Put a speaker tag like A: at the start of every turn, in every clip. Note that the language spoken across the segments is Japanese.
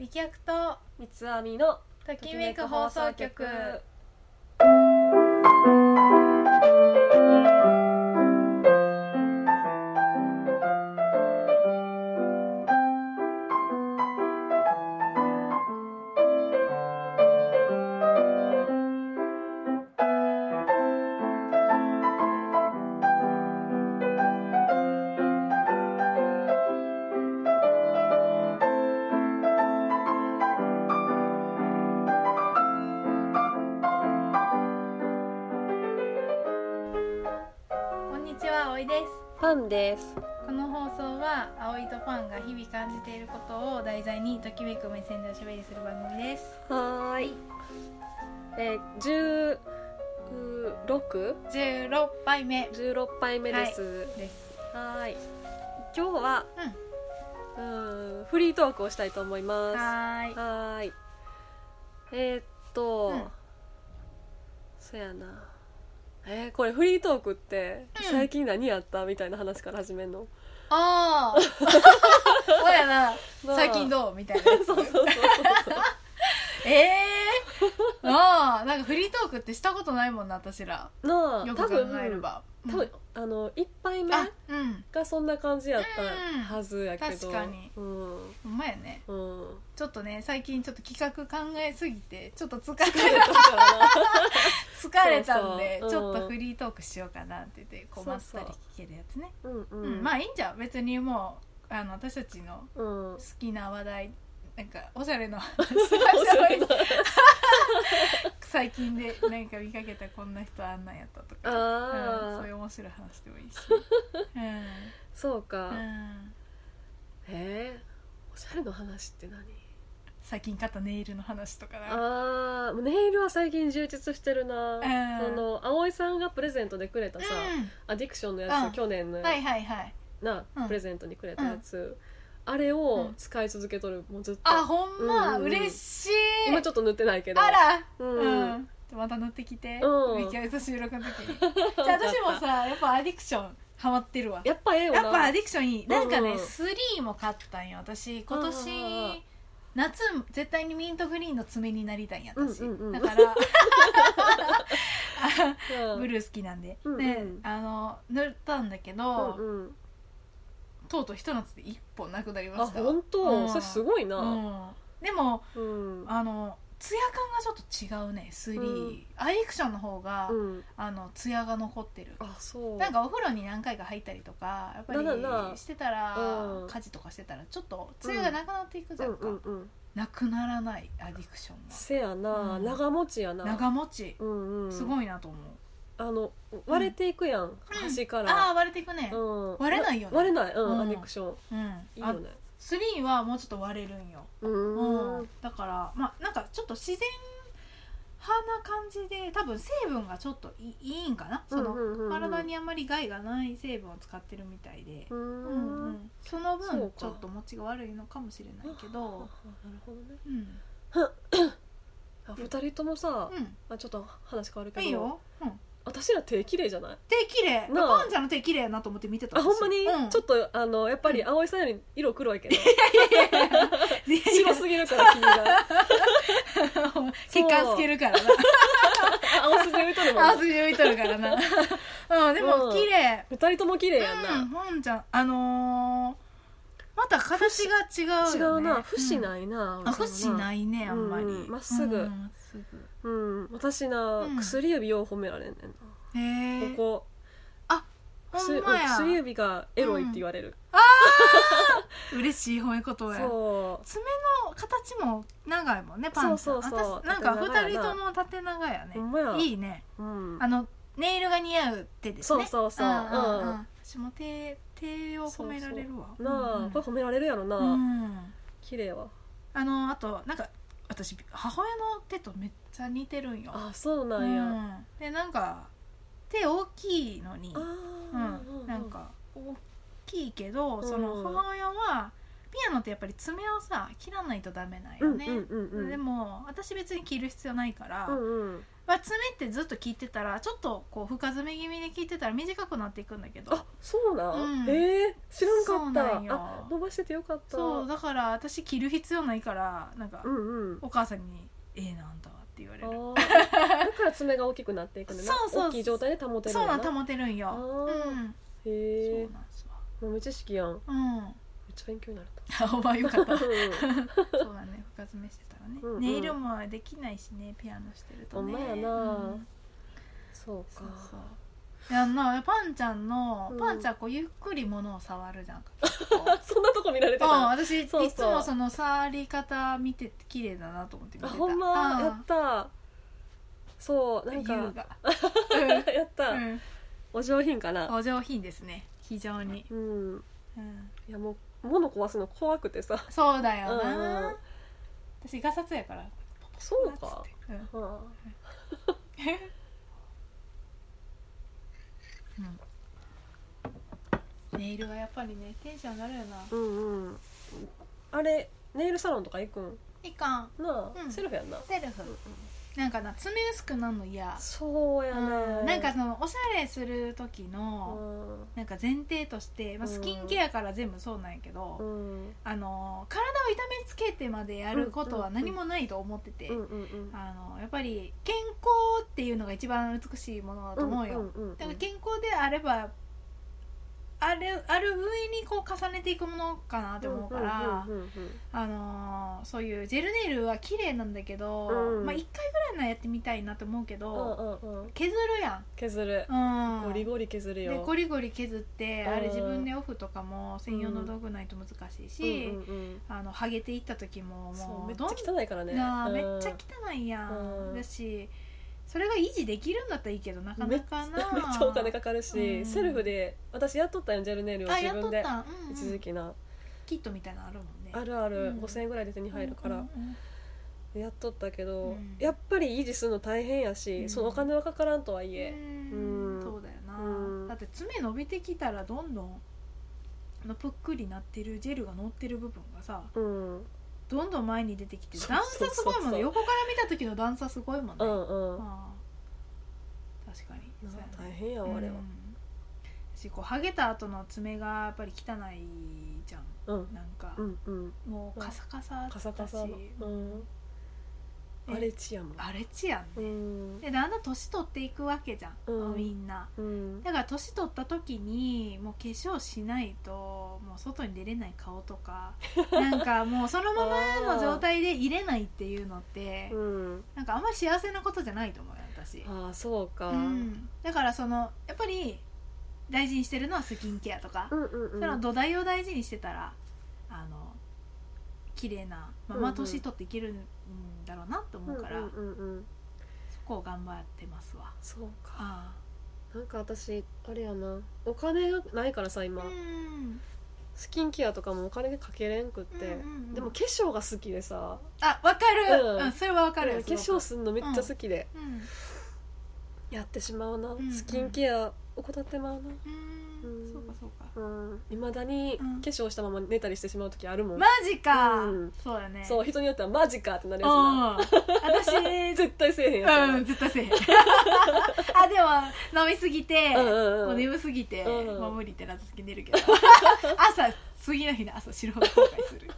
A: 力役と
B: 三つ編みの
A: ときめく放送局こんにちはおいです
B: パンです
A: この放送は葵とパンが日々感じていることを題材にときめく目線でおしゃべりする番組です
B: はーいえー、16?16
A: 16杯目
B: 杯目です、
A: です
B: はーい今日は
A: うん
B: うーんフリートークをしたいと思います
A: はーい
B: はーいえー、っと、
A: うん
B: そやなえー、これフリートークって
A: うん
B: 最近何やったみたいな話から始めんの、
A: ああ そうやな
B: なあ
A: 最近どうみたいなやつ
B: そうそうそう
A: ええー、ああなんかフリートークってしたことないもんな私ら
B: なあ
A: よ
B: 多
A: く考
B: 分
A: えれば
B: 多分、あの1杯
A: うん
B: 目
A: あうん
B: がそんな感じやっ
A: うん
B: たはずやけど、
A: 確かに
B: うん
A: ほんまやね
B: うん
A: ちょっとね最近ちょっと企画考えすぎてちょっと疲れ疲れたんで
B: そう
A: ち
B: そう
A: ょ
B: うん
A: っとフリートークしようかなって言ってこうまったり
B: そう
A: 聞けるやつね
B: うんう
A: うん
B: ん
A: まあいいんじゃん別にもうあの私たちの
B: うん
A: 好きな話題なんかおしゃれな
B: おしゃ れな
A: 最近でなんか見かけたこんな人あんなんやったとか、うん、
B: あ
A: そうい
B: あ
A: う面白い話でもいいし、うん
B: そうか
A: うん、
B: へえおしゃれの話って何
A: 最近買ったネイルの話とかな
B: あーネイルは最近充実してるな
A: うん
B: その葵さんがプレゼントでくれたさ
A: う
B: アディクションの
A: う
B: や
A: ん
B: つ去年の
A: ん、はいはいはい
B: な
A: うん
B: プレゼントにくれたやつあれを使い続けとるもうずっと
A: あほんま、
B: うんうんうん
A: 嬉しい
B: 今ちょっと塗ってないけど
A: あら
B: う
A: うんん、また乗ってきて、
B: うん
A: めっちゃ収録の時 にじゃあ私もさやっぱアディクションハマってるわ
B: やっぱええよな
A: やっぱアディクションいいなんか
B: うん
A: ね、
B: うん
A: スリーも買ったんよ私今年
B: うんうんうん
A: 夏絶対にミントグリーンの爪になりたいんや私、
B: うんうんう
A: だ
B: ん
A: から
B: うん
A: ブルー好きなんで、
B: うんうん
A: であの塗ったんだけど、
B: うんうん
A: とうとうひと夏で1本なくなりま
B: あ
A: した
B: 本
A: う
B: 当
A: ん
B: それすごいな
A: うん、でも
B: うん
A: あのツヤ感がちょっと違うねスリ
B: う
A: ーアイクションの方が、
B: うん
A: あのツヤが残ってる
B: あそう
A: なんかお風呂に何回か入ったりとかやっぱ
B: だだだ
A: りしてたら
B: うん
A: 家事とかしてたらちょっとツヤがなくなっていくじ
B: う
A: ゃ
B: ん
A: んか、
B: うんうん
A: なくならないアディクション
B: せやな
A: うん
B: 長持ちやな
A: が長持ち、
B: うんうん
A: すごいなと思う
B: あの割れていくやん端か
A: ああ
B: ら
A: 割れていくね
B: うん
A: 割れないよね
B: 割れないうん
A: うん
B: アディクション
A: うん、
B: いい
A: あ
B: よね
A: スリーはもうちょっと割れるんよ、
B: う
A: うん
B: ん
A: だからまあなんかちょっと自然派な感じで多分成分がちょっといいいんかなその、
B: うんうんうんうん
A: 体にあんまり害がない成分を使ってるみたいで
B: う、
A: うん
B: ん
A: うんその
B: そう
A: 分
B: か
A: ちょっと持ちが悪いのかもしれないけ
B: あな
A: ど、
B: るほどね
A: うん
B: あ二人ともさ
A: うん
B: あちょっと話変わるけ
A: いい
B: ど
A: よ、うん、
B: 私ら手綺麗じゃない
A: 手綺麗
B: なあ
A: パンちゃんの手綺麗やなと思って見てた
B: あほんまにちょっ
A: と
B: とあのやっぱり葵さんより色黒いけど白
A: 白
B: すぎるから君が
A: 血管透けるから
B: あ青筋浮いとるもん
A: な
B: な
A: あ筋浮いとるから なうんでも
B: うん
A: 綺麗
B: 二人とも綺麗やんな、
A: うんパンちゃんあのーまた形が違う
B: 違
A: よ
B: う
A: ね
B: な不死ないな、
A: うんあ不死ないいねあんまり
B: うんまっすぐ
A: うんまっすぐ
B: うん私な、
A: うん
B: 薬指よう褒められんね
A: へえ
B: んなここ
A: ほん
B: 薬
A: まや
B: 薬指がエロいって言われる、
A: 嬉しい褒め言葉や
B: そう
A: 爪の形も長いもんねパンちゃん
B: そうそうそう
A: 私なんか
B: 縦長
A: 二人
B: やな
A: とも縦長やね
B: ほんまや
A: いいね
B: うん
A: あのネイルが似合う手ですね
B: そうそうそうん
A: ん
B: うん
A: ん私も手手を褒められるわ
B: なあ、
A: うんうん
B: これ褒められるやろな、
A: うん
B: 綺麗は
A: あのあとなんか私母親の手とめっちゃ似てるんよ
B: あそうなんや、あ
A: うんでなんか手大きいのに
B: ー
A: うんなんか大きいけど
B: うん
A: その母親はピアノってやっぱり爪をさ切らないとダメなん
B: う
A: よ
B: んうん
A: ね
B: うんうん
A: でも私別に切る必要ないから
B: うんうん
A: は爪ってずっと聞いてたらちょっとこう深爪気味で聞いてたら短くなっていくんだけど
B: あそうな
A: うん
B: ん、えー、知らん
A: そう
B: かっ
A: なん
B: た
A: よ
B: あ伸ばしててよかった
A: そうだから私着る必要ないからなんか
B: うんうん
A: お母さんに「ええなあんたは」って言われ
B: あ
A: る
B: ーだから爪が大きくなっていくねんな
A: そうそう
B: 大きい状態で保てる
A: そうなん
B: んやな
A: 保てるんよ
B: あー
A: うん
B: へ
A: そ
B: え
A: うなんですわ
B: 豆知識やんめっ
A: うん
B: ちゃ勉強になると
A: あおばよ かった
B: うん
A: そうだね深爪してたらね
B: うんうん
A: ネイルもできないしねピアノしてるとね
B: ほんまやな
A: うん
B: そう
A: そ
B: か
A: うそういやなパンちゃんの、
B: うん
A: パンちゃんこうゆっくり物を触るじゃんか
B: あそんなとこ見られて
A: うん
B: たあ
A: 私
B: そうそう
A: いつもその触り方見てて綺麗だなと思って見てた
B: ほんま
A: う
B: やったそうなんか
A: 優雅
B: やった、
A: うん、うん
B: お上品かな
A: お上品ですね非常に、
B: うん
A: うん、
B: いやもう物壊すの怖くてさ
A: そうだよ
B: うん
A: な、
B: うん
A: 私ガサツやから
B: そうか
A: っつってうん
B: は
A: ネイルはやっぱりねテンション上がるよな
B: あうんうんあれネイルサロンとか行くん
A: いかん
B: なあ、
A: うん
B: セルフやんな、
A: セルフなんかな爪薄くなるの嫌
B: そうやね、
A: うんなんかそのおしゃれする時の
B: うん
A: なんか前提として、まあ、
B: うん
A: スキンケアから全部そうなんやけど、
B: うん
A: あの体を痛めつけてまでやることは何もないと思ってて、
B: うんうんうん
A: あのやっぱり健康っていうのが一番美しいものだと思うよ、
B: んうんうん
A: だから健康であればあるある上にこう重ねていくものかなって思うから、
B: うんうんうん
A: あのーそういうジェルネイルは綺麗なんだけど、
B: うん
A: まあ、1回ぐらいならやってみたいなと思うけ
B: う
A: ど、
B: んうんうんうん
A: 削るや
B: 削る、
A: ん、うん、
B: ゴリゴリ削るよ
A: でゴリゴリ削って
B: うん
A: あれ自分でオフとかも専用の道具ないと難しいし、
B: うんうんうん
A: あのハゲていった時も
B: そう
A: も
B: め
A: う
B: っちゃ
A: どん
B: 汚いからね
A: なあ
B: うん
A: めっちゃ汚いやん、
B: うん
A: だしそれが維持できるんだったらいいけどなかなかな
B: めっちゃお金かかるし、
A: うん
B: セルフで私やっとったよジェルネイルを
A: あ
B: 自
A: やっと
B: 分
A: っ
B: で
A: たん、うんうん
B: 一時期な
A: キットみたいなのあるもんね
B: あるある、
A: うん
B: 5000円ぐらいで手に入るから、
A: うんうんうん
B: やっとったけど、
A: うん
B: やっぱり維持するの大変やし、
A: うん
B: そのお金はかからんとはいえ、
A: うん
B: うん
A: そうだよな、
B: うん
A: だって爪伸びてきたらどんどんあのぷっくりなってるジェルが乗ってる部分がさ
B: うん、うん
A: どんどん前に出てきて
B: そう
A: 段
B: そうそう
A: 差すごいもんね横から見た時の段差すごいもんね、
B: う
A: あ
B: ん
A: あ確かに
B: な
A: そうやね
B: 大変やわあれは
A: うん私こうハゲた後の爪がやっぱり汚いじゃん
B: うん
A: なんか、
B: うんうん
A: もうカサカサだったし
B: カサカサの、うん、
A: え
B: 荒れ地やもん
A: 荒れ地やんね、
B: うん
A: でだんだん年取っていくわけじゃん、
B: うん
A: みんな
B: うん
A: だから年取った時にもう化粧しないともう外に出れない顔と かなんかもうそのままの状態で入れないっていうのって
B: うん
A: なんかあんま幸せなことじゃないと思うよ私、
B: ああそうか、
A: うん、だからそのやっぱり大事にしてるのはスキンケアとか、
B: うんうんうん
A: その土台を大事にしてたらあの綺麗なま
B: うんう
A: ま
B: ん
A: 年取っていけるんだろうなと思うから、
B: うんうんうんうん
A: そこを頑張ってますわ
B: そうか
A: あ
B: なんか私あれやなお金がないからさ
A: あ
B: 今、
A: うん
B: スキンケアとかもお金かけれんくって、
A: うんうんうん
B: でも化粧が好きでさ
A: あわかる、
B: う
A: うんんそれはわかる、
B: うん化粧するのめっちゃ好きで、
A: うん
B: やってしまうな、
A: んうん
B: スキンケア怠ってまうな
A: うー
B: うん
A: んそうかそうか
B: いま、未だに化
A: うん
B: 粧したまま寝たりしてしまう時あるもん、
A: マジか、
B: うん
A: そうだね
B: そう人によってはマジかってなる
A: うん
B: やつな
A: 私
B: 絶対せえへんやつやな、
A: うん絶対せえへん あでも飲みすぎて、
B: うんうんうん
A: もう眠すぎて、
B: うんうん
A: もう無理ってなった時寝る けど朝次の日の朝白が後悔 する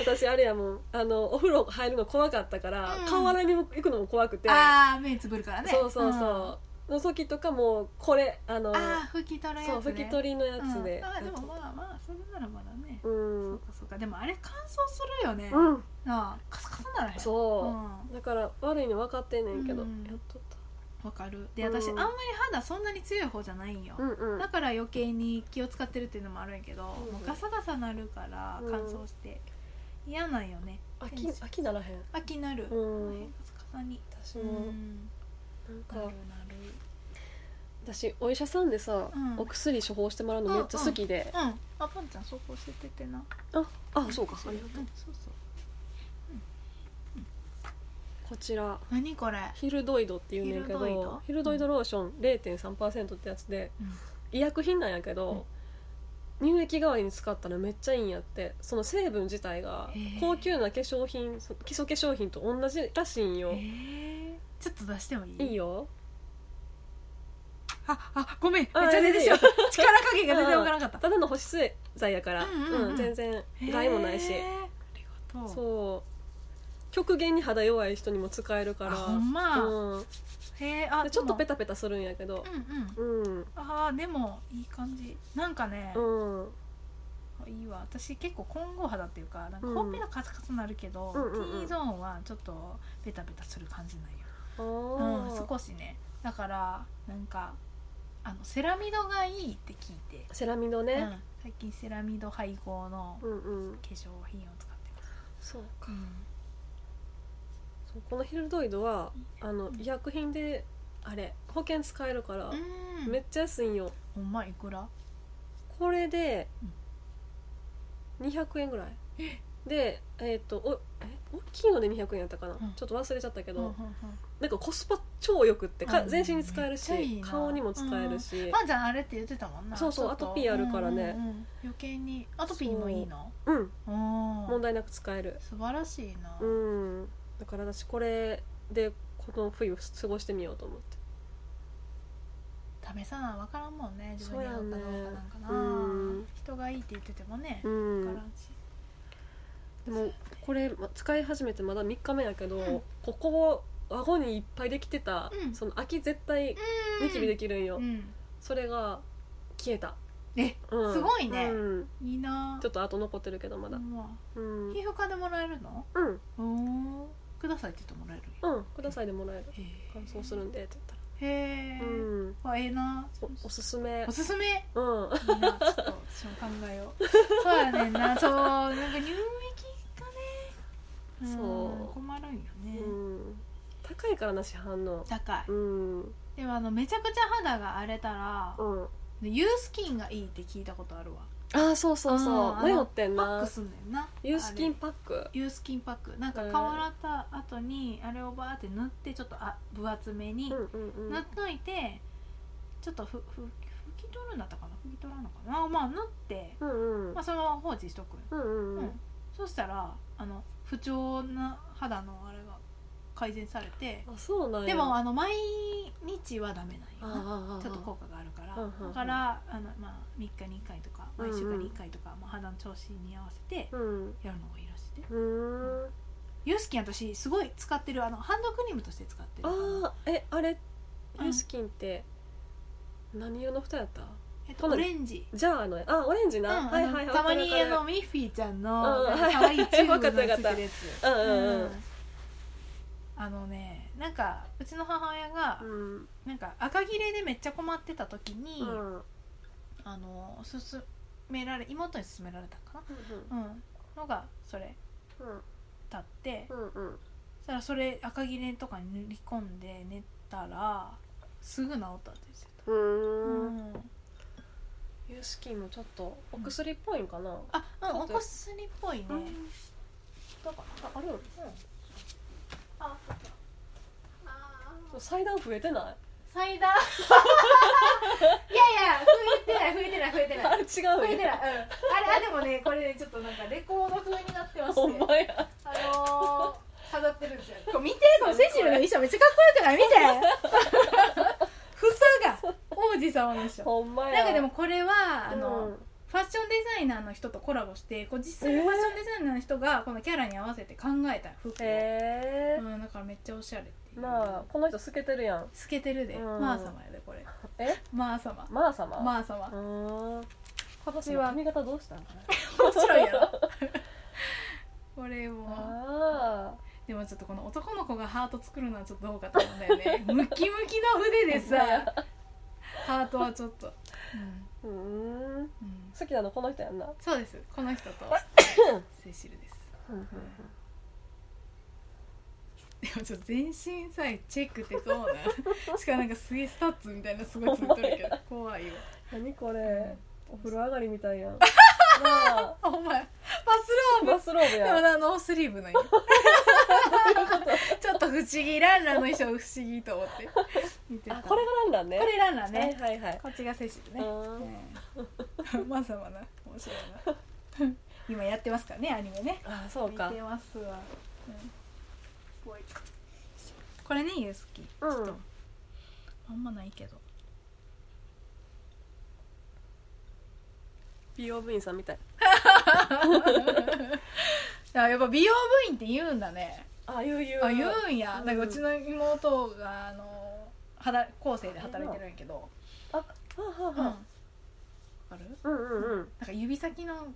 B: 私あれやもんあのお風呂入るの怖かったから、
A: うん
B: 顔洗いに行くのも怖くて、
A: ああ目つぶるからね
B: そうそうそう、の時とかもこれあの
A: んああ拭き取るやつ、ね
B: そ、う拭き取りのやつで、
A: うん、あーでもまあまあそれならまだね、
B: うん
A: そうかそうかでもあれ乾燥するよね、
B: う
A: なんあカサカサならへん
B: そう、
A: うん
B: だから悪いの分かってんねんけど、
A: うん
B: やっとった
A: わかるで
B: うん
A: 私、あんまり肌そんなに強い方じゃないんよ、
B: うんうん
A: だから余計に気を使ってるっていうのもあるんやけど、
B: うん
A: もうガサガサなるから
B: うん
A: 乾燥して、嫌なんよね
B: 飽き飽きならへん
A: 秋なる、
B: う
A: こ
B: ん、
A: の辺ガサガサに
B: 私
A: う
B: も、
A: ん
B: なん
A: なるな
B: か
A: る
B: 私お医者さんでさ、
A: うん
B: お薬処方してもらうのめっちゃ好きで、
A: うんあパンちゃんそこ教えててな
B: あそうかありが
A: う
B: とうん
A: そうそう
B: こちら
A: 何これ
B: ヒルドイドっていうねんけど
A: ヒ
B: ヒ
A: ルドイド
B: ルドイドローション0.3%ってやつで
A: うん
B: 医薬品なんやけど、乳液代わりに使ったらめっちゃいいんやってその成分自体が
A: へー
B: 高級な化粧品そ基礎化粧品と同じらしいんよ、
A: えー、ちょっと出してもいい
B: いいよ
A: ああごめんめっち
B: あ
A: ゃ出てしまった力加減が全然わからな かった
B: ただの保湿剤やから、
A: うんうんうん
B: 全然害もないし
A: へーありがとう
B: そう極限に肌弱い人にも使えるか
A: あほん
B: ら、
A: ま、
B: うん、
A: へえあ
B: でちょっとペ
A: タ
B: タペタするんやけど
A: うんうん
B: うん
A: あーでもいい感じなんかね
B: う、ん、
A: いいわ私結構混合肌っていうかなんか
B: うん
A: ほっぺたカツカツなるけど、
B: うんうんうん
A: T ゾーンはちょっとペタペタする感じなんよ
B: あ
A: うん、
B: ー
A: 少しねだからなんかあのセラミドがいいって聞いて、
B: セラミド
A: う
B: ね、
A: ん、最近セラミド配合の
B: うん、うん
A: 化粧品を使ってます、
B: そうか
A: うん
B: そうこのヒルドイドはい
A: いね
B: あの医薬品であれ保険使えるから、
A: うん、
B: めっちゃ安いんよ
A: ほんまいくら
B: これで200円ぐらいでえっ、とおえ大きいので200円やったかな、
A: ん
B: ちょっと忘れちゃったけど、
A: うんうんうん
B: なんかコスパ超よくってか
A: うん
B: 全身に使えるし
A: めっちゃいいな
B: 顔にも使えるし、
A: まあじゃんあれって言ってたもんな
B: そうそう
A: ちょっと
B: アトピーあるからね
A: うんうんうん余計にアトピーにもいいの
B: うん
A: 問
B: 問題なく使える
A: 素晴らしいな、
B: うんだから私これでこの冬過ごしてみようと思って
A: 試さな分からんもんね自
B: そう
A: 分に
B: や
A: 合
B: ね
A: うかどうかなんかな、
B: うん
A: 人がいいって言っててもね、
B: う
A: 分
B: ん
A: からんし
B: でもこれま使い始めてまだ3日目やけど、
A: うん
B: ここを顎にいっぱいできてた、
A: うん
B: その秋絶対ニキビできるんよ、
A: うん
B: それが消えた、
A: え
B: うん
A: すごいね
B: うん
A: いいな
B: ちょっと後残ってるけどまだ
A: うわ
B: うん、うん
A: 皮膚科でもらえるの
B: うん
A: おーくださいって言ってもらえる
B: くださいでもらえる
A: へえ
B: 乾燥するんでって言ったら
A: へえ、
B: うん
A: あええな
B: おおすすめ
A: おすすめ
B: うん
A: いいなちょっと私も考えようそうやねんなそうなんか乳液がねん
B: そう
A: 困るんよね、
B: うん高いからな市販の
A: 高い
B: うんうん
A: でもあのめちゃくちゃ肌が荒れたらユースキンがいいって聞いたことあるわ
B: ああそうそうそ
A: うん
B: う迷ってん
A: パッ
B: な
A: クすんねんな
B: ユースキン
A: あ
B: パック
A: れユースキンパックなんか顔洗った後にあれをバーって塗ってちょっとあ分厚めに
B: うんうんうん
A: 塗っといてちょっとふふ拭き取るんだったかな拭き取らんのかなまあ塗って、
B: うんうん
A: まあ、そのまま放置しとくんよ
B: うんうん
A: う
B: う
A: ん
B: ん、
A: そうしたらあの不調な肌のあれが改善されて
B: あそうなんや
A: でも
B: あ
A: あの毎日はダメ
B: あ
A: なんよな
B: ああ
A: ちょっと効果があるから
B: うんうんう
A: だ
B: ん
A: からあの、まあ、3日に1回とか
B: うんう
A: 毎
B: ん
A: 週間に1回とか、まあ、肌の調子に合わせて
B: うん
A: やるのがいいらしいで
B: うーん
A: ユースキン私すごい使ってるあのハンドクリームとして使ってる
B: ああえあれ
A: うん
B: ユースキンって何色の蓋やった
A: えっと、
B: この
A: オレンジ
B: じゃああのあオレンジ
A: うん
B: な、はいはい
A: あの
B: はい
A: たまに
B: わか
A: あ
B: る
A: の
B: わか
A: ミッフィーちゃんの
B: うん
A: なんか可愛いチューブの
B: わかったわ
A: つ
B: かっ
A: い
B: た
A: てるやつ
B: るうんうん
A: うんあのねなんかうちの母親が
B: うんうん
A: なんか赤切れでめっちゃ困ってた時に、
B: うん
A: あの勧められ妹に勧められたかな、うん、のがそれだって
B: うんうん
A: そしたらそれ赤切れとかに塗り込んで寝たらすぐ治ったって言ってた、
B: うんうん
A: うん、
B: ユースキンもちょっとお薬っぽいんかな、
A: あうんお
B: ちょっと
A: 薬っぽいね、
B: なんかああるよ
A: あ
B: 祭壇増えてない
A: サイダー いやいや増えてない増えてない増えてない
B: あれ違
A: 増えてない、う
B: うよ
A: ん、あれあでもねこれねちょっとなんかレコード風になってまして
B: ほんまや
A: あのー、飾ってるんですよこれ見てこのセシルの衣装めっちゃかっこよくない見 て房が王子様の衣装
B: ほんまや
A: なんかでもこれはあの、
B: うん
A: ファッションデザイナーの人とコラボしてこう実際のファッションデザイナーの人がこのキャラに合わせて考えた服を、
B: へえ
A: うん、だからめっちゃおしゃれっていう
B: まあこの人透けてるやん
A: 透けてるで、
B: うん
A: マー様やでこれ
B: え
A: マー様
B: マー様
A: マー様
B: うーん今
A: 年
B: 年
A: は
B: は髪型どうしたん かな
A: 面白いやろ これも
B: あ
A: でもちょっとこの男の子がハート作るのはちょっとどうかと思うんだよね ムキムキの腕でさハートはちょっと、う
B: ーうーん
A: んうん、
B: 好きなのこの人やんな
A: そうですこの人と セシルですでもちょっと全身さえチェックってどうな んしかもなんかすげえスタッツみたいなすごいついとるけど怖いよ
B: 何これお風呂上がりみた いやんなあ
A: あお前バスロー
B: バスローブ
A: ブで
B: や
A: も
B: ん
A: なノースリーブなんよちょっと不思議ランランの衣装不思議と思って見てた
B: あこれがなんだね
A: これランランね、
B: はいはいはい
A: こっちがセシルね
B: うーん
A: うんまさまな面白いな今やってますからねアニメね
B: あそうか
A: 見てますわ、うん、怖いこれねゆうすきちょっ
B: うん
A: とあんまないけど
B: 美容部員さんみたい
A: あやっぱ美容部員って言うんだね
B: ああいう言う
A: あ言うんや
B: うん
A: なんかうちの妹があの肌構成で働いてるんやけど
B: あはあ
A: う
B: は
A: ん
B: あ
A: わ
B: は
A: かる
B: あうんうんうん
A: なんか指先の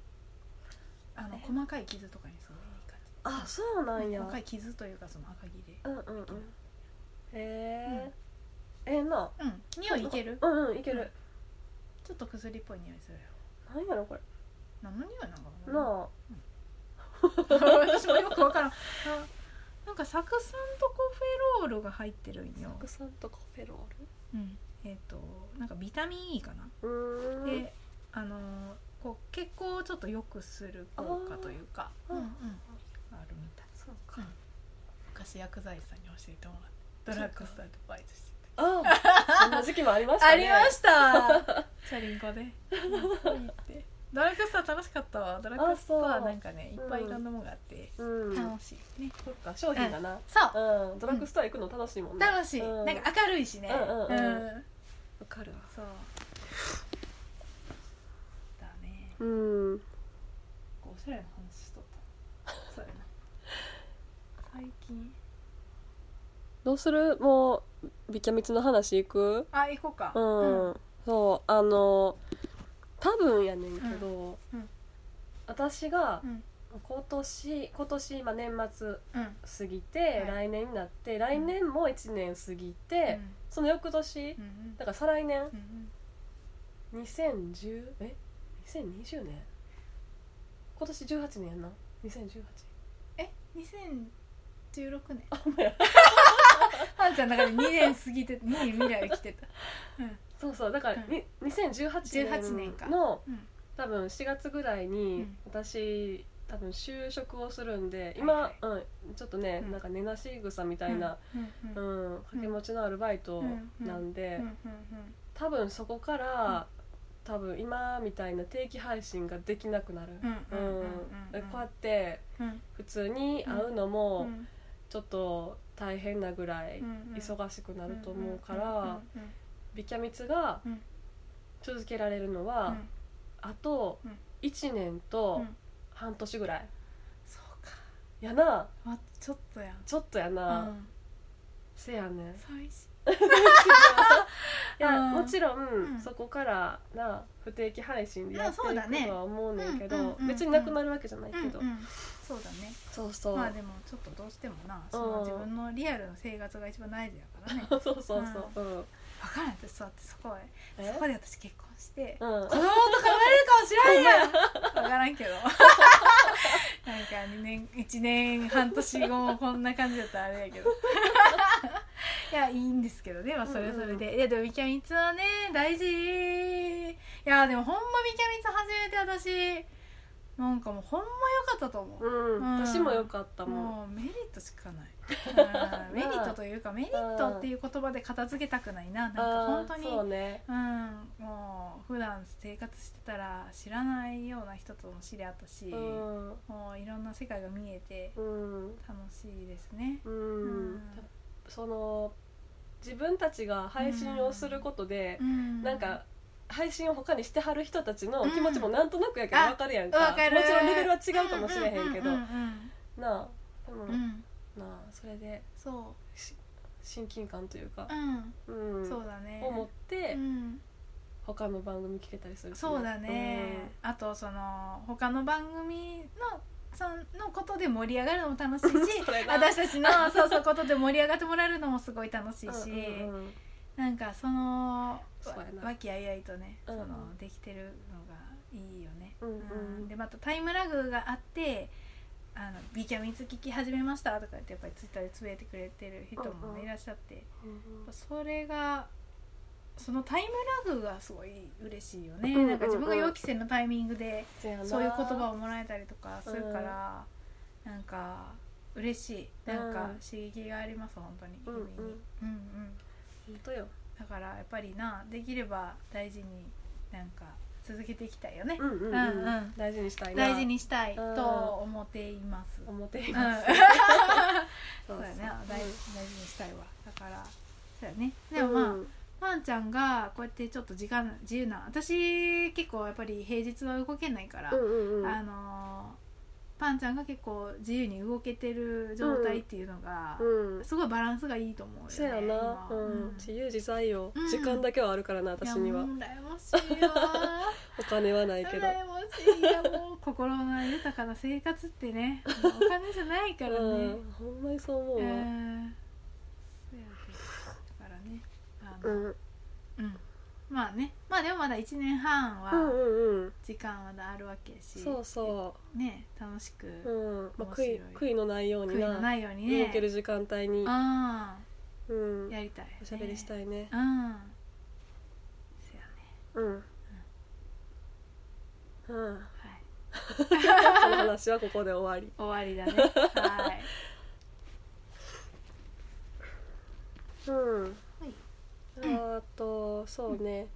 A: あの
B: え
A: 細かい傷とかにすごいいい感じ
B: あそうなんや
A: 細かい傷というかその赤切れ
B: うんうんうんへえええな
A: うん匂いいける
B: うんうんいける
A: ちょっと薬っぽい匂いするよ
B: 何やろこれ
A: 何の匂いなんかな
B: な
A: 私もよくわからんあなんか酢酸とコフェロールが入ってるん
B: あ
A: よ、
B: 国産とカフェロ
A: うん、えっ、となんかビタミン E かな、
B: ールうーん
A: であのーこう血行をちょっと良くする効果というか
B: あー
A: うんうんあるみたい
B: そうか
A: 昔薬剤師さんに教えてもらってドラッグストアでバイトしてて
B: ああそんな時期もありましたね
A: したチャリンコで行ってドラッグストア楽しかったわドラッグストアなんかねいっ
B: そう
A: ぱいいろんなものがあって
B: うん
A: 楽しいね
B: そっか商品だな
A: そう
B: うんドラッグストア行くの楽しいもんね
A: 楽しい、
B: うん
A: なんか明るいしね
B: うんうんうん
A: ん
B: わかるわ
A: そうだね
B: うん
A: おしゃれな話しと ったそうやな最近
B: どうするもうビキャミツの話行く
A: あ行こうか
B: うん、そうあの多分やねんけど、
A: うんうん
B: 私が
A: うん
B: 今年今年、まあ、年末
A: うん
B: 過ぎて、
A: は
B: 来年になって来年も1年過ぎて、その翌年、
A: うんうん
B: だから再来年
A: うんうん
B: 2010え2020年今年18年やんな2018
A: え2016年
B: あほんまや
A: はんちゃんの中で2年過ぎて2年未来来てたうん
B: そうそうだから、
A: うん
B: に2018
A: 18
B: 年
A: 年か
B: の
A: うん
B: 多分4月ぐらい
A: う
B: に
A: ん
B: 私多分就職をするんで
A: は
B: 今
A: い、
B: うん、ちょっとね、
A: うん
B: なんか寝なし草みたいな、
A: うんうん
B: う
A: うん
B: ん掛け持ちのアルバイトなんで、
A: うん
B: 多分そこから、多分今みたいな定期配信ができなくなる、
A: うんうんうんうん
B: でこうやって
A: うん
B: 普通に会うの
A: う
B: も
A: ん
B: ちょっと大変なぐらい忙しくなると思うから、
A: うんうん
B: ビキャミツが
A: うん
B: 続けられるのは、
A: うん
B: あと
A: うん
B: 1年
A: う
B: と
A: ん
B: 半年ぐらい、
A: そうか
B: やな
A: あちょっとやん
B: ちょっとやな、
A: うん
B: せ やねん
A: 寂しい
B: いや
A: うん
B: もちろん、
A: ん
B: そこからな不定期配信でやって
A: まあそうだ
B: い
A: ね
B: くとは思うねんけど、
A: うんうんうんうん
B: 別になくなるわけじゃないけど、
A: うんうんそうだね
B: そうそう、
A: まあでもちょっとどうしてもなその自分のリアルの生活が一番大事やからね
B: そうそうそう、うん、
A: 分からん私そうやってそこへ
B: え
A: そこで私結婚して
B: う
A: 子
B: ん
A: 供と変われる かもしれんやん分からんけどなんか2年1年半年後もこんな感じだったらあれやけ どいやいいんですけどねまあそれはそれで、いやでもみきゃみつはね大事いやでもほんまみきゃみつ初めて私なんかもうほんま良かったと思う
B: うん
A: うん
B: 私も良かったもん、
A: もうメリットしかない、 うんメリットというかメリットっていう言葉で片付けたくないななんか本当に
B: あーそうね
A: うんもう普段生活してたら知らないような人とも知り合ったし、
B: うん
A: もういろんな世界が見えて
B: うん、
A: 楽しいですね
B: う、
A: うん
B: その自分たちが配信をすることで、
A: ん
B: なんか配信を他にしてはる人たちの気持ちもなんとなくやけど
A: うん
B: 分かるやんか,、
A: わかる
B: もちろんレベルは違うかもしれへんけど、
A: うんうん
B: なあで
A: うんう
B: も、
A: んうん
B: なあそれで
A: そ
B: し親近感というか
A: う、、うん
B: うん
A: そうだね
B: を持って、
A: うん
B: 他の番組聞けたりするしね
A: そうだね、あとその他の番組のさんのことで盛り上がるのも楽しいし
B: それな
A: 私たちのそうそうことで盛り上がってもらえるのもすごい楽し
B: う
A: い
B: ん
A: し、
B: うんうん
A: なんかその
B: そうやな
A: 和気あいあいとね、
B: うん
A: そのできてるのがいいよね、
B: うんうん
A: でまたタイムラグがあって「あのビキャミツ聞き始めました」とか言ってやっぱりツイッターでつぶやいてくれてる人
B: うん
A: も
B: うん
A: いらっしゃって、や
B: うん
A: っぱそれがそのタイムラグがすごい嬉しいよね、
B: うんうんうん
A: なんか自分が予期せぬタイミングで
B: せやな
A: そういう言葉をもらえたりとかするから、なんか嬉しいなんか
B: うん
A: 刺激があります本当に、
B: うんうん
A: 日々にうんうん
B: 本当よ
A: だからやっぱりなできれば大事になんか続けていきたいよね、
B: うんうんうん、
A: うんうん
B: 大事にしたいな
A: 大事にしたいと思っています、うん
B: 思っています、
A: そうやな大,、
B: そうそううん
A: 大事にしたいわだからそうやねでもまあ、
B: うん
A: パンちゃんがこうやってちょっと時間自由な私結構やっぱり平日は動けないから、
B: うんうんうん
A: あのーパンちゃんが結構自由に動けてる状態っていうのが、
B: うん
A: すごいバランスがいいと思うよね
B: そうや
A: 今
B: な、うん、自由自在よ、
A: うん
B: 時間だけはあるからな私にはい
A: やもう羨ましいわ
B: お金はないけど
A: 羨ましいやもう心の豊かな生活って ねもうお金じゃないからね、
B: う
A: うん
B: ん、ほんまにそう思う
A: そう
B: わ、
A: やでだからねあ
B: う
A: の、
B: ん、うん
A: うんまあねまあでもまだ1年半
B: う
A: は
B: んうん
A: 時間まだあるわけやし、
B: そうそ
A: ね楽しく、
B: う、うんまあ、
A: 面
B: 悔
A: 白い
B: い悔いのないように
A: 悔い
B: な
A: のないようにね
B: 動ける時間帯に、
A: あ
B: うん
A: あ、やりたい、ね、
B: おしゃべりした
A: い
B: いね
A: うんそやね
B: うんうん、
A: はい
B: この話はここで終わり
A: 終わり だねはい
B: うん、
A: い
B: あとそうね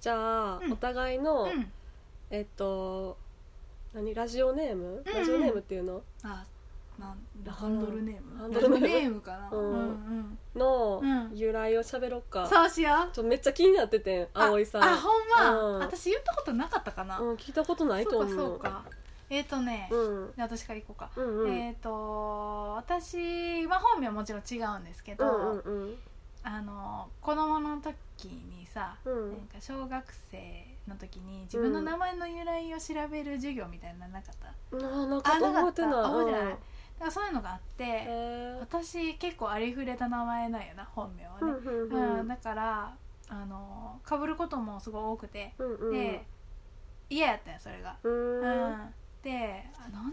B: じゃあ、
A: うん
B: お互いの、
A: うん
B: えっと何ラジオネーム、
A: うん
B: ラジオネームっていうの
A: あなん
B: だか
A: ハ
B: ら
A: ンドルネーム
B: ハンドルネーム
A: ラジオかな
B: うん
A: うん
B: の
A: うん
B: 由来を喋ろっ
A: うん
B: か、
A: そうしよう
B: ちょめっちゃ気になっててん
A: あ
B: 葵さん
A: あほん
B: う
A: ま
B: ん
A: 私言ったことなかったかな
B: うん、聞いたことないと
A: そう
B: 思
A: か
B: う
A: そうかえっとね
B: うん
A: じゃあ私から行こうか
B: うんうん
A: えっと私まあ本名はもちろん違うんですけ
B: うんうん
A: ど
B: うん
A: あの子供の時にさ
B: う
A: なん
B: ん
A: か小学生の時に自分の名前の由来を調べる授業みたいなのなかった、だ
B: あーなんか
A: あなか
B: 覚え
A: ってた
B: ない
A: 覚えてない
B: うん
A: からそういうのがあって、
B: へー
A: 私結構ありふれた名前なんよな本名は
B: うん
A: ね、
B: うん
A: う
B: うんん
A: だからあのかぶることもすごい多くて、
B: うんうん
A: で嫌やったんよそれが、
B: う
A: うん
B: ん
A: であなんでこの名前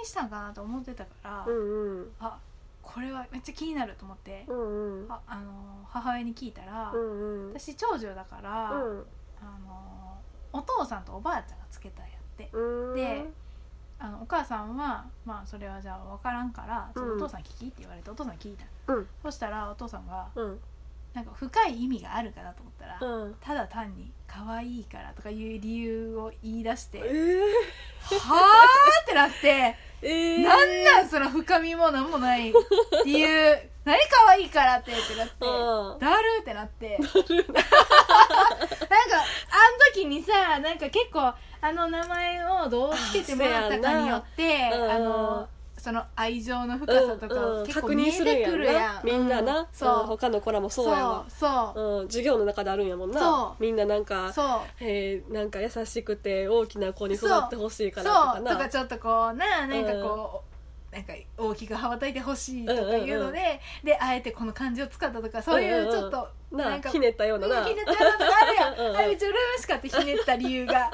A: にしたんかなと思ってたから、
B: うんうん
A: あこれはめっちゃ気になると思って、
B: うんうん
A: ああの母親に聞いたら、
B: うんうん
A: 私長女だから、
B: うん
A: あのお父さんとおばあちゃんがつけたんやって
B: うん
A: であのお母さんは、まあ、それはじゃあ分からんから「ちょっと
B: う
A: お
B: ん
A: 父さん聞き」って言われてお父さん聞いた、
B: うん
A: そしたらお父さんが
B: うん
A: なんか深い意味があるかなと思ったら、
B: うん
A: ただ単に「可愛いから」とかいう理由を言い出し
B: え
A: て
B: ー
A: 「はあ」ってなって「
B: えー
A: なんなんその深みもなんもない理 由何可愛いから」ってってなって。
B: うん
A: だるーってなってなんかあの時にさなんか結構あの名前をどうつけてもらったかによって
B: あ
A: あ
B: そうやなうん
A: のその愛情の深さとかを結構見えてくるやん、
B: みんな
A: う
B: な、うん
A: そう
B: 他の子らもそうやわ
A: そう
B: うん、授業の中であるんやもんな
A: そう
B: みんななんか
A: そう
B: えー、なんか優しくて大きな子に育ってほしいから
A: そ
B: とか
A: う
B: な
A: とかちょっとこうななんかこう、なんか大きく羽ばたいてほしいとかいうので、
B: うんうんうん
A: であえてこの漢字を使ったとかそういうちょっと、
B: な
A: なんか
B: ひねったようなな
A: ひねったやつあるやん
B: うんうん
A: あれめっちゃ羨ましかったひねった理由 が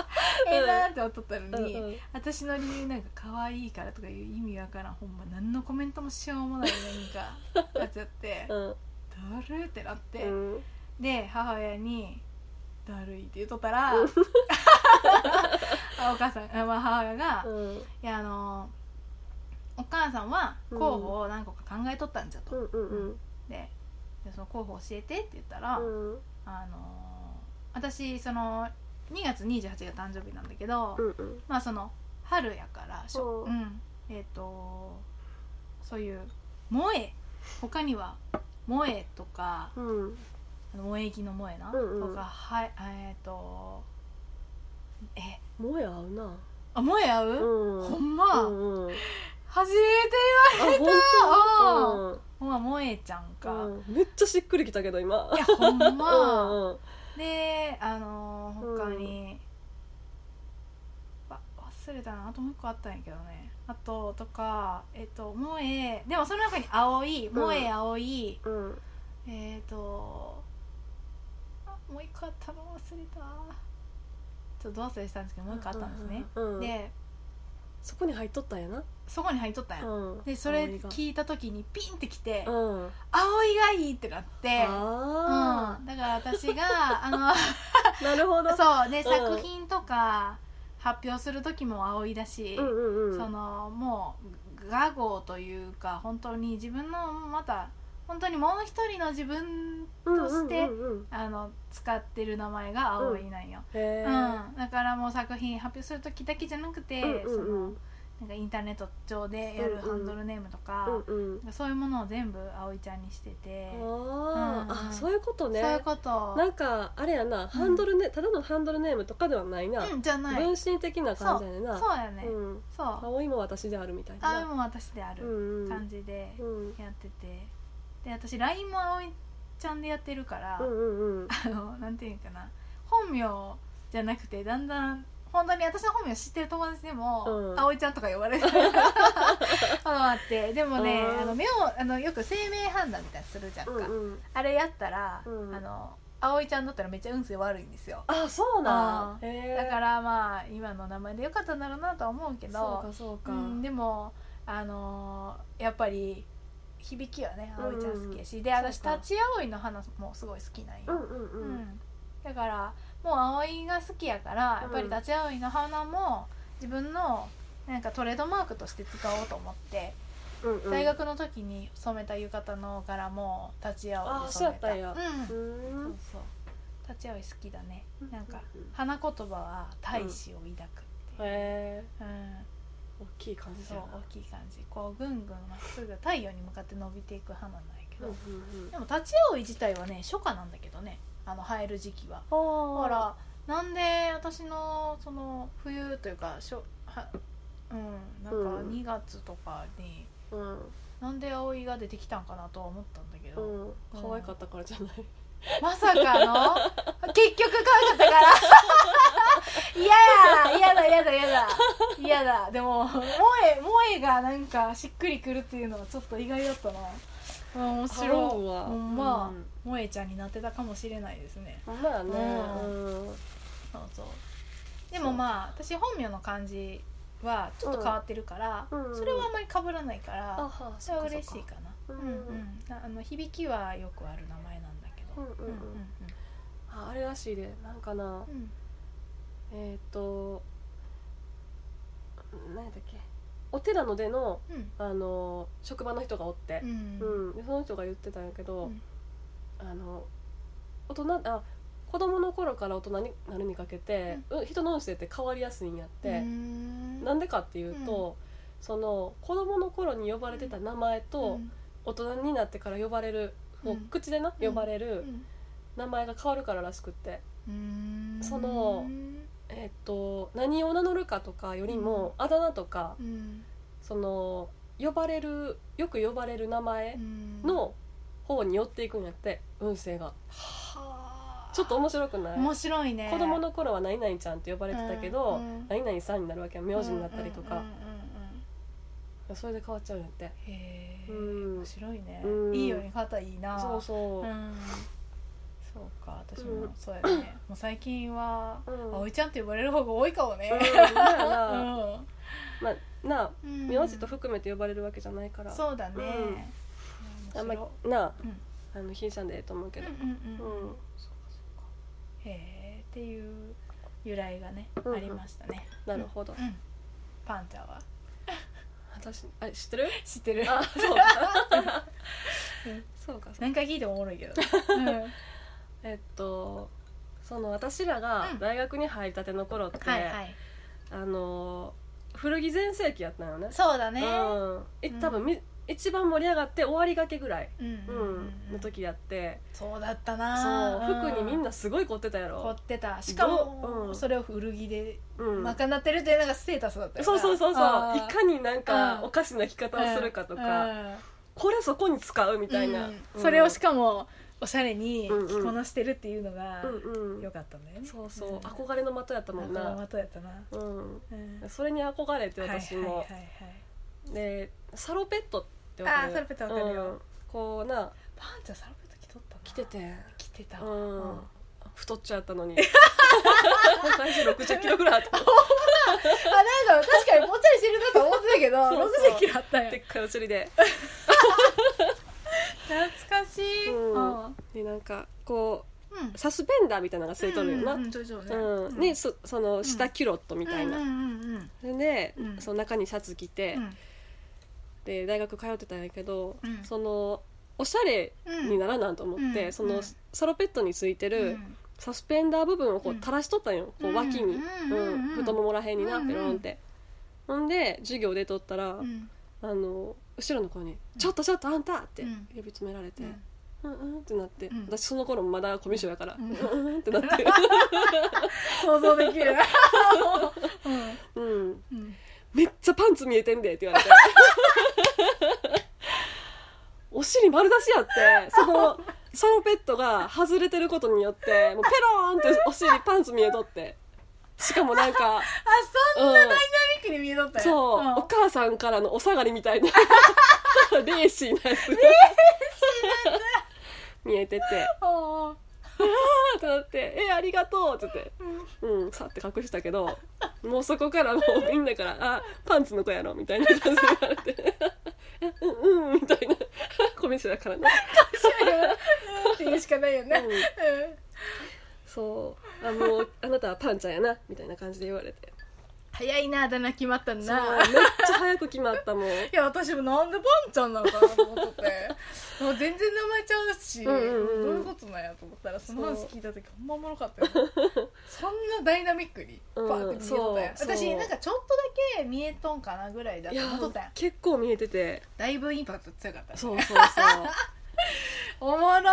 A: ええなーって思っとったのに、
B: うんうん
A: 私の理由なんか可愛いからとかいう意味わからんほんま何のコメントもしようもないなん かなっちゃって
B: うん
A: だるーってなって、
B: うん
A: で母親に「だるい」って言っとったら、あお母さんあ、まあ、母親が「
B: うん
A: いやあのお母さんは候補を何個か考えとったんじゃと」
B: うんうん
A: ででその候補教えてって言ったら、
B: うん
A: あのー私その2月28日が誕生日なんだけど、
B: うんうん
A: まあその春やからしょ、
B: う
A: うんん、えっ、とそういう「萌え」他には「萌え」とか
B: うん
A: 「あの萌え木の萌えな」
B: うんうん
A: とか「はいえっ、とえ
B: もや合うな
A: あ萌え合う
B: う、ん
A: ほんま、
B: うんうん
A: 初めて
B: あ本
A: 当
B: 当
A: ほんま萌えちゃんか、
B: うんうんめっちゃしっくりきたけど今
A: いやほんま、
B: うんうん
A: であの
B: うん
A: ー他に、わ忘れたなあともう一個あったんやけどねあととかえっと萌えでもその中に青い萌え青い、
B: うん
A: えっ、とあもう一個あったの忘れたちょっとど忘れしたんですけどもう一個あったんですね、
B: うんうん
A: で
B: そこに入っとったんやな
A: そこに入っとったんや、
B: うん
A: でそれ
B: 葵が
A: 聞いた時にピンってきて「
B: うん
A: 青いがいい!」ってなって、
B: あ
A: うん、だから私があの
B: あなるほど
A: そうで、
B: ん
A: 作品とか発表する時も葵だし、
B: うんうんうん
A: そのもう画号というか本当に自分のまた本当にもう一人の自分として、
B: うんうんうんうん
A: あの使ってる名前が葵なんよ、
B: へ
A: うん
B: ー
A: だからもう作品発表する時だけじゃなくて、
B: うんうんうん
A: そのなんかインターネット上でやるハンドルネームとか,、
B: うんうん
A: なんかそういうものを全部葵ちゃんにしてて、
B: あー、
A: うんうん
B: あそういうことね
A: そういうこと
B: なんかあれやなハンドルね、ただのハンドルネームとかではないな、
A: うんじゃない
B: 分身的な感じやねんな
A: そうやね、
B: うん、
A: そう
B: 葵も私であるみたい
A: 葵
B: な
A: も私であ
B: う
A: る
B: んうん
A: 感じで
B: うん
A: やっててで私 LINE も葵ちゃんでやってるから、
B: うんうんうん
A: あのなんていうかな本名じゃなくてだんだん本当に私の本名知ってる友達でも
B: う
A: 「
B: ん
A: 葵、ちゃん」とか呼ば れることがあってでもね
B: うん
A: あの名あのよく姓名判断みたいなのするじゃんか、
B: うんうん
A: あれやったら、
B: うん
A: あの葵ちゃんだったらめっちゃ運勢悪いんですよ
B: あそうなん
A: あ
B: へえ
A: だからまあ今の名前でよかったんだろうなとは思うけ
B: そう
A: ど
B: かそうか、
A: うん、でもあのーやっぱり響きはね葵ちゃん好きやし、で私
B: そうか
A: 立ち葵の花もすごい好きなんよ、
B: うんうんう
A: うんん、だからもう葵が好きやからやっぱり
B: うん
A: 立ち葵の花も自分のなんかトレードマークとして使おうと思って、
B: うんうん
A: 大学の時に染めた浴衣の柄も立ち葵
B: あ
A: で
B: そう
A: 染
B: やっ
A: め
B: た
A: た
B: ん
A: う
B: や
A: ん
B: う
A: そうそう立ち葵好きだね
B: ん
A: なんか
B: う
A: 花言葉は大志を抱くっていう、
B: へえ
A: うん
B: 大きい感じ
A: そう
B: や
A: 大
B: な
A: きい感じこうぐんぐんまっすぐ太陽に向かって伸びていく花なんやけど、
B: うんうんうん
A: でも立ち葵自体はね初夏なんだけどねあの生える時期は
B: ほ
A: ほらなんで私のその冬というかしょはうんなんか
B: うん
A: 2月とかに、
B: うん
A: なんで葵が出てきたんかなとは思ったんだけど、
B: うん可愛かったからじゃない
A: まさかの結局可愛か ったから嫌や嫌だ嫌だ嫌だ嫌だでも萌え萌えがなんかしっくりくるっていうのはちょっと意外だったなあ面白い
B: 合うわ
A: ほんま、
B: うん
A: 萌えちゃんになってたかもしれないですね
B: ほんまやね
A: う
B: うん
A: そうそうでもまあ私本名の漢字はちょっと変わってるから、
B: うん
A: それはあんまり被らないか
B: あ
A: ら、
B: は
A: それは嬉しいかな
B: うん
A: うんうんなあの響きはよくある名前なんだけど
B: うん
A: う
B: うんうんああれらしいでなんかな
A: うんうん
B: えっ、ー、と何やったっけお寺の出の
A: うん
B: あの職場の人がおって
A: う、ん
B: うんでその人が言ってたんやけど、
A: うん
B: あの大人あ子供の頃から大人になるにかけて、う人の運勢って変わりやすいんやって、なんでかっていうと、その子供の頃に呼ばれてた名前と、
A: うん
B: 大人になってから呼ばれる、こう
A: うん
B: 口でな
A: うん
B: 呼ばれる
A: うん
B: 名前が変わるかららしくって、
A: うん
B: その
A: うん
B: えっと何を名乗るかとかよりも、あだ名とか、
A: うん
B: その呼ばれるよく呼ばれる名前
A: うん
B: の方に寄っていくんやって運勢が
A: はあ
B: ちょっと面白くない
A: 面白いね
B: 子供の頃は「何々ちゃん」って呼ばれてたけど
A: うんうん
B: 「何々さん」になるわけや名字になったりと
A: う
B: か
A: んうんうんうんうん
B: それで変わっちゃうんやって
A: へえ
B: うん
A: 面白いね
B: うん
A: いいように肩いいな
B: そうそううん
A: そうか私
B: う
A: も
B: ん
A: そうやねもう最近は
B: うん
A: 葵ちゃんって呼ばれる方が多いかもね
B: うんほんまや
A: う
B: なんまあなあ
A: うん
B: 名字と含めて呼ばれるわけじゃないから
A: そうだね
B: あん
A: 面
B: ま
A: 白
B: な
A: うん
B: ああのひいちゃんでええと思うけ
A: い
B: ど
A: うんうんうん
B: うん
A: そうかそうかへえっていう由来がね
B: うんうん
A: ありましたね
B: なるほど
A: うんパンちゃんは
B: 私あれ 知ってる
A: 知ってる
B: あそうか
A: うん
B: そうかそうか
A: 何回聞いてもおもろい けどうん
B: えっとその私らが
A: うん
B: 大学に入りたての頃って、
A: はいはい
B: あの古着全盛期やったんよね
A: そうだね
B: うんえ
A: うん
B: 多分み、一番盛り上がって終わりがけぐらい、
A: うん
B: う
A: うんんうんう
B: の
A: ん
B: 時やって
A: そうだった
B: そう
A: な
B: 服にみんなすごい凝ってたや
A: 凝っ
B: ろ、
A: てたしか
B: う
A: も
B: ん
A: それを古着で
B: うん
A: 賄ってるっていうのがステータスだったよな
B: そうそうそうそうい
A: あー
B: かになんか
A: うん
B: おかしな着方をするかとか、
A: うんうん
B: これそこに使うみたいな、
A: うん
B: うん
A: それをしかもおしゃれに
B: うんうん
A: 着こなしてるっていうのが
B: うんう
A: 良
B: ん
A: かったんだよね
B: そうそう、
A: うん
B: 憧れの的やったもん
A: なんか
B: な、
A: またやったな
B: うん、
A: うん
B: それに憧れて私も、
A: はいはいはいはい
B: でサロペットってわかる
A: あーサロペットわかるよ
B: うんこうな
A: パンちゃんサロペット着とったな
B: 着てて
A: 着てた
B: う
A: わ
B: ん、
A: うん
B: 太っちゃったのに 体重6 0キロぐらいあった
A: あなんか確かにぽっちゃりしてるなと思ってたけど
B: そうそう
A: 60キロあったんや
B: でっかいお尻で
A: 懐かしい
B: うん
A: うん
B: でなんかこ
A: うん
B: うサスペンダーみたいなのがついとるよな、
A: う
B: うんん
A: うんちょいちょいね
B: でそその下キュロットみたいな、
A: うんうんうんうん
B: それで、
A: うん
B: その中にシャツ着て、
A: うん
B: で大学通ってたんやけど、
A: うん
B: そのおしゃれ
A: うん
B: にならなんと思って、
A: うん
B: そうの
A: ん
B: サロペットについてる、
A: うん
B: サスペンダー部分をこ
A: う
B: うん垂らしとったんよ、こう脇に、
A: うんうんうんうん
B: うん太ももらへんにな
A: うんうん
B: ペロンって、ほんで授業でとったら、
A: うん
B: あの後ろの子に「ちょっとちょっとあんた!」って
A: うん
B: 呼び止められて
A: う
B: 「うんうん」ってなって、
A: うん
B: 私その頃まだコミュ障やから「う
A: うんん
B: うん」ってなって
A: 想像できるうん
B: 「うん
A: うん
B: めっちゃパンツ見えてんで」って言われ て「お尻丸出しやってそのサロペットが外れてることによってもうペローンってお尻パンツ見えとってしかもなん か、
A: あそんな
B: うん
A: ダイナミックに見えとったよ
B: そう、
A: ん
B: お母さんからのお下がりみたいな レーシーなやつが 見えてて
A: おう
B: 「ってなって「えありがとう」って言って。
A: おううん
B: うん、さって隠したけどもうそこからもうみんなから「あパンツの子やろ」みたいな感じで言われて「うんうん」みたいなコミュ障だからね、
A: うんっていうしかないよね
B: うん、
A: うん
B: そうあもうあなたはパンちゃんやなみたいな感じで言われて
A: 早いなあだ名決まったん
B: そう
A: な
B: めっちゃ早く決まったもん
A: い や私もなんでパンちゃんなのかなと思 っててもう全然名前ちゃうし、
B: うんうんうん
A: どういうことなんやと思ったらその話聞いた時ほんまおもろか ったよそんなダイナミックにバーって見えとったやん、
B: うんそう
A: 私
B: そう
A: なんかちょっとだけ見えとんかなぐらいだ
B: い
A: と
B: や
A: 思っとったやん
B: 結構見えてて
A: だいぶインパクト強かったね
B: そうそう
A: おもろ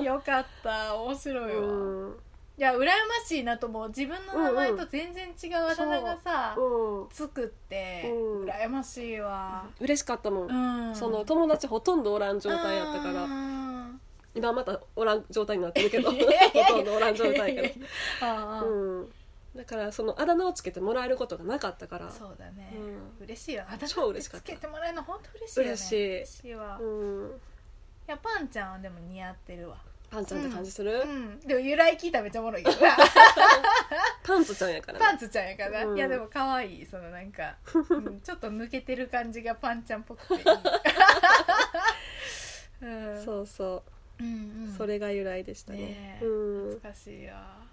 A: い よかった面白い
B: そう
A: わ、
B: うん
A: いや羨ましいなと思う自分の名前と全然違うあだ名がさ、
B: うん
A: つくって、
B: うん
A: 羨ましいわ、
B: 嬉しかったもん、
A: うん、
B: その友達ほとんどおらん状態やったか
A: う
B: ら
A: ん
B: 今またおらん状態になってるけどほ
A: いやいやいや
B: とんどおらん状態やけど
A: ああ、
B: うん、だからそのあだ名をつけてもらえることがなかったから
A: そうだね、
B: う
A: 嬉しいよあだ
B: 超
A: 名
B: 嬉しかっ
A: つ
B: た
A: けてもらえるの本当嬉しいよね
B: 嬉しい
A: 嬉しいわ、い
B: ん、うん、
A: やパンちゃんはでも似合ってるわ
B: パンちゃんって感じする、
A: うんでも由来聞いたらめっちゃおもろい けどな
B: パンツちゃんやから
A: パン
B: ね
A: ツちゃんやから、
B: うん
A: いやでも可愛いそのなん か、うんちょっと抜けてる感じがパンちゃんっぽくていいうん
B: そうそ
A: うんう
B: う、
A: ん
B: それが由来でしたね
A: ねえ
B: うん
A: 懐かしいわ